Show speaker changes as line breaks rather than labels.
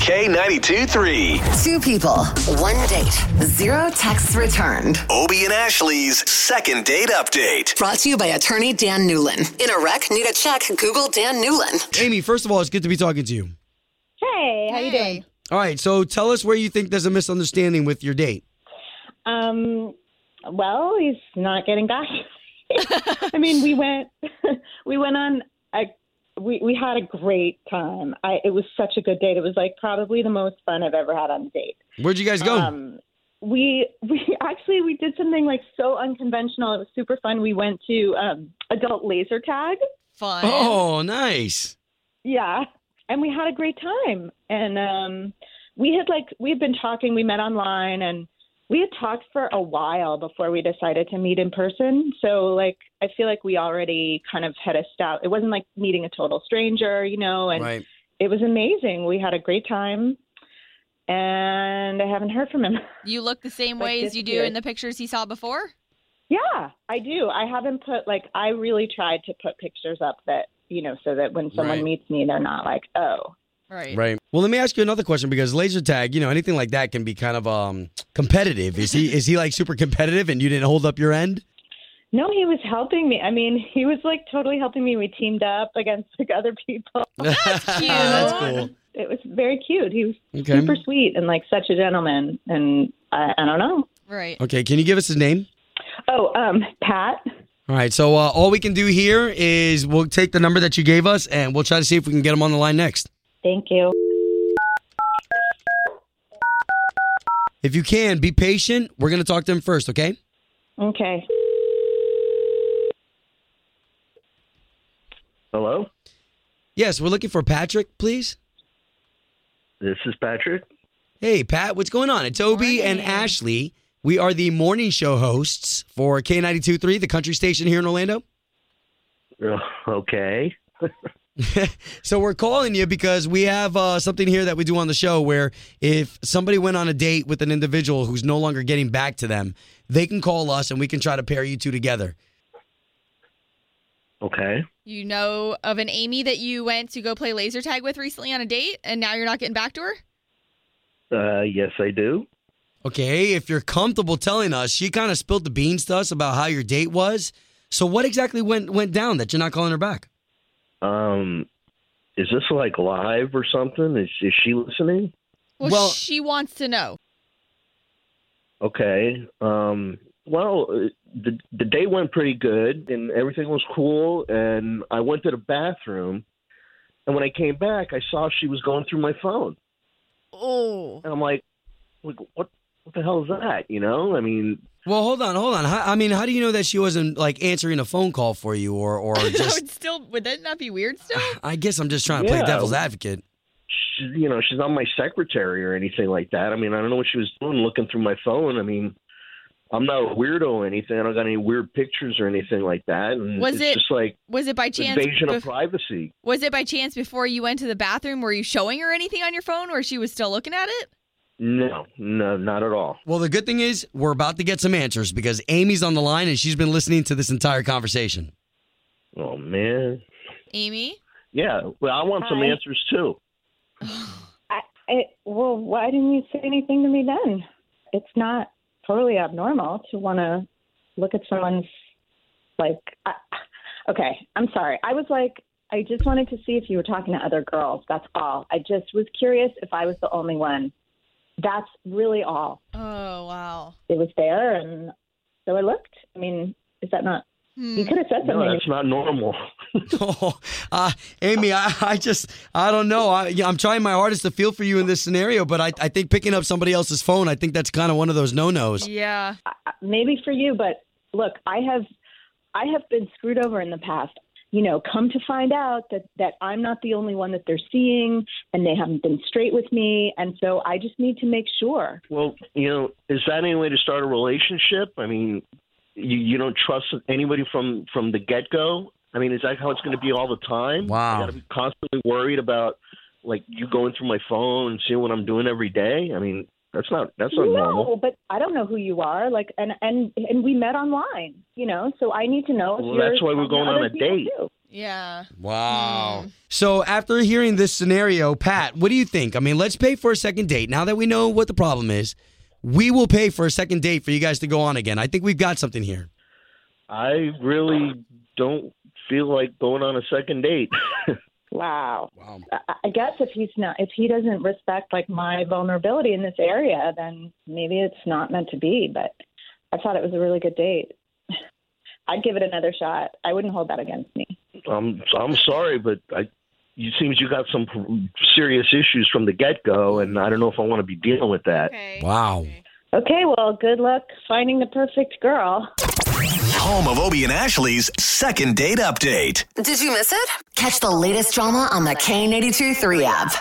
K92 3.
Two people, one date, zero texts returned.
Obie and Ashley's second date update.
Brought to you by attorney Dan Newlin. In a wreck, need a check, Google Dan Newlin.
Amy, first of all, it's good to be talking to you.
Hey, how you doing?
All right, so tell us where you think there's a misunderstanding with your date.
Um, well, he's not getting back. I mean, we went, we went on a, we we had a great time. I it was such a good date. It was like probably the most fun I've ever had on a date.
Where'd you guys go?
Um, we we actually we did something like so unconventional. It was super fun. We went to um, adult laser tag.
Fun.
oh, nice.
Yeah, and we had a great time. And um, we had like we had been talking. We met online, and we had talked for a while before we decided to meet in person. So like I feel like we already kind of had a stout. It wasn't like meeting a total stranger, you know. And
Right.
it was amazing. We had a great time, and I haven't heard from him.
You look the same
Like
way as
this
you do
year.
in the pictures he saw before?
Yeah, I do. I haven't put like I really tried to put pictures up that you know so that when someone
Right.
meets me, they're not like, oh,
Right.
Right. Well, let me ask you another question because laser tag, you know, anything like that can be kind of um competitive. Is he is he like super competitive and you didn't hold up your end?
no, he was helping me. I mean, he was like totally helping me. We teamed up against like other people.
That's
cute.
That's cool.
It was very cute. He was
Okay.
super sweet and like such a gentleman. And I, I don't know.
Right.
Okay, can you give us his name?
Oh, um, Pat.
All right, so uh, all we can do here is we'll take the number that you gave us and we'll try to see if we can get him on the line next.
Thank you.
If you can, be patient. We're going to talk to him first, okay?
Okay.
Hello,
Yes, we're looking for Patrick, please.
this is Patrick.
Hey, Pat, what's going on? It's Obi and Ashley. We are the morning show hosts for K92.3, the country station here in Orlando.
Uh, Okay.
So we're calling you because we have uh, something here that we do on the show where if somebody went on a date with an individual who's no longer getting back to them, they can call us and we can try to pair you two together.
Okay.
You know of an Amy that you went to go play laser tag with recently on a date and now you're not getting back to her?
Uh, yes, I do.
Okay, if you're comfortable telling us, she kind of spilled the beans to us about how your date was. So what exactly went went down that you're not calling her back?
Um, is this like live or something? Is, is she listening?
Well,
Well-
she wants to know.
Okay. Um, well, uh, the the day went pretty good and everything was cool. And I went to the bathroom, and when I came back, I saw she was going through my phone,
Oh.
and I'm like, like what? What the hell is that? You know? I mean,
Well, hold on, hold on. How, I mean, how do you know that she wasn't like answering a phone call for you or or
that
just
would still would that not be weird still?
I guess I'm just trying to play
Yeah.
devil's advocate.
she, you know, she's not my secretary or anything like that. I mean, I don't know what she was doing looking through my phone. I mean, I'm not a weirdo or anything. I don't got any weird pictures or anything like that. And
Was
it's
it
just like
Was it by chance
invasion of
bef-
privacy?
was it by chance before you went to the bathroom were you showing her anything on your phone or she was still looking at it?
No, no, not at all.
Well, the good thing is we're about to get some answers because Amy's on the line and she's been listening to this entire conversation.
Oh man,
Amy?
yeah. Well, I want some
Hi.
answers too.
I, I, well, why didn't you say anything to me then? It's not totally abnormal to want to look at someone's like. I, okay, I'm sorry. I was like, I just wanted to see if you were talking to other girls. That's all. I just was curious if I was the only one. That's really all.
Oh, wow.
It was there, and so I looked. I mean, is that not?
Hmm.
You could have said
No,
something.
that's not normal.
Oh, uh, Amy, I, I just, I don't know. I, yeah, I'm trying my hardest to feel for you in this scenario, but I, I think picking up somebody else's phone, I think that's kind of one of those no nos.
Yeah.
maybe for you, but look, I have I have been screwed over in the past. You know, come to find out that that I'm not the only one that they're seeing and they haven't been straight with me and so I just need to make sure.
well, you know, is that any way to start a relationship? I mean, you you don't trust anybody from from the get go. I mean, is that how it's going to be all the time?
Wow.
I got to be constantly worried about like you going through my phone and seeing what I'm doing every day. I mean, that's not that's not
no,
normal.
but I don't know who you are. Like and and and we met online, you know, so I need to know if
Well,
you're
that's why we're
talking to
going on
other
a
people,
date.
too.
Yeah.
Wow. Hmm. So after hearing this scenario, Pat, what do you think? I mean, let's pay for a second date. Now that we know what the problem is, we will pay for a second date for you guys to go on again. I think we've got something here.
I really don't feel like going on a second date.
Wow.
Wow.
I I guess if he's not, if he doesn't respect like my vulnerability in this area, then maybe it's not meant to be. But I thought it was a really good date. I'd give it another shot. I wouldn't hold that against me.
I'm I'm sorry, but I. It seems you got some serious issues from the get go, and I don't know if I want to be dealing with that.
Okay.
Wow.
Okay, well, good luck finding the perfect girl.
Home of Obie and Ashley's second date update.
Did you miss it? Catch the latest drama on the K82 3 app.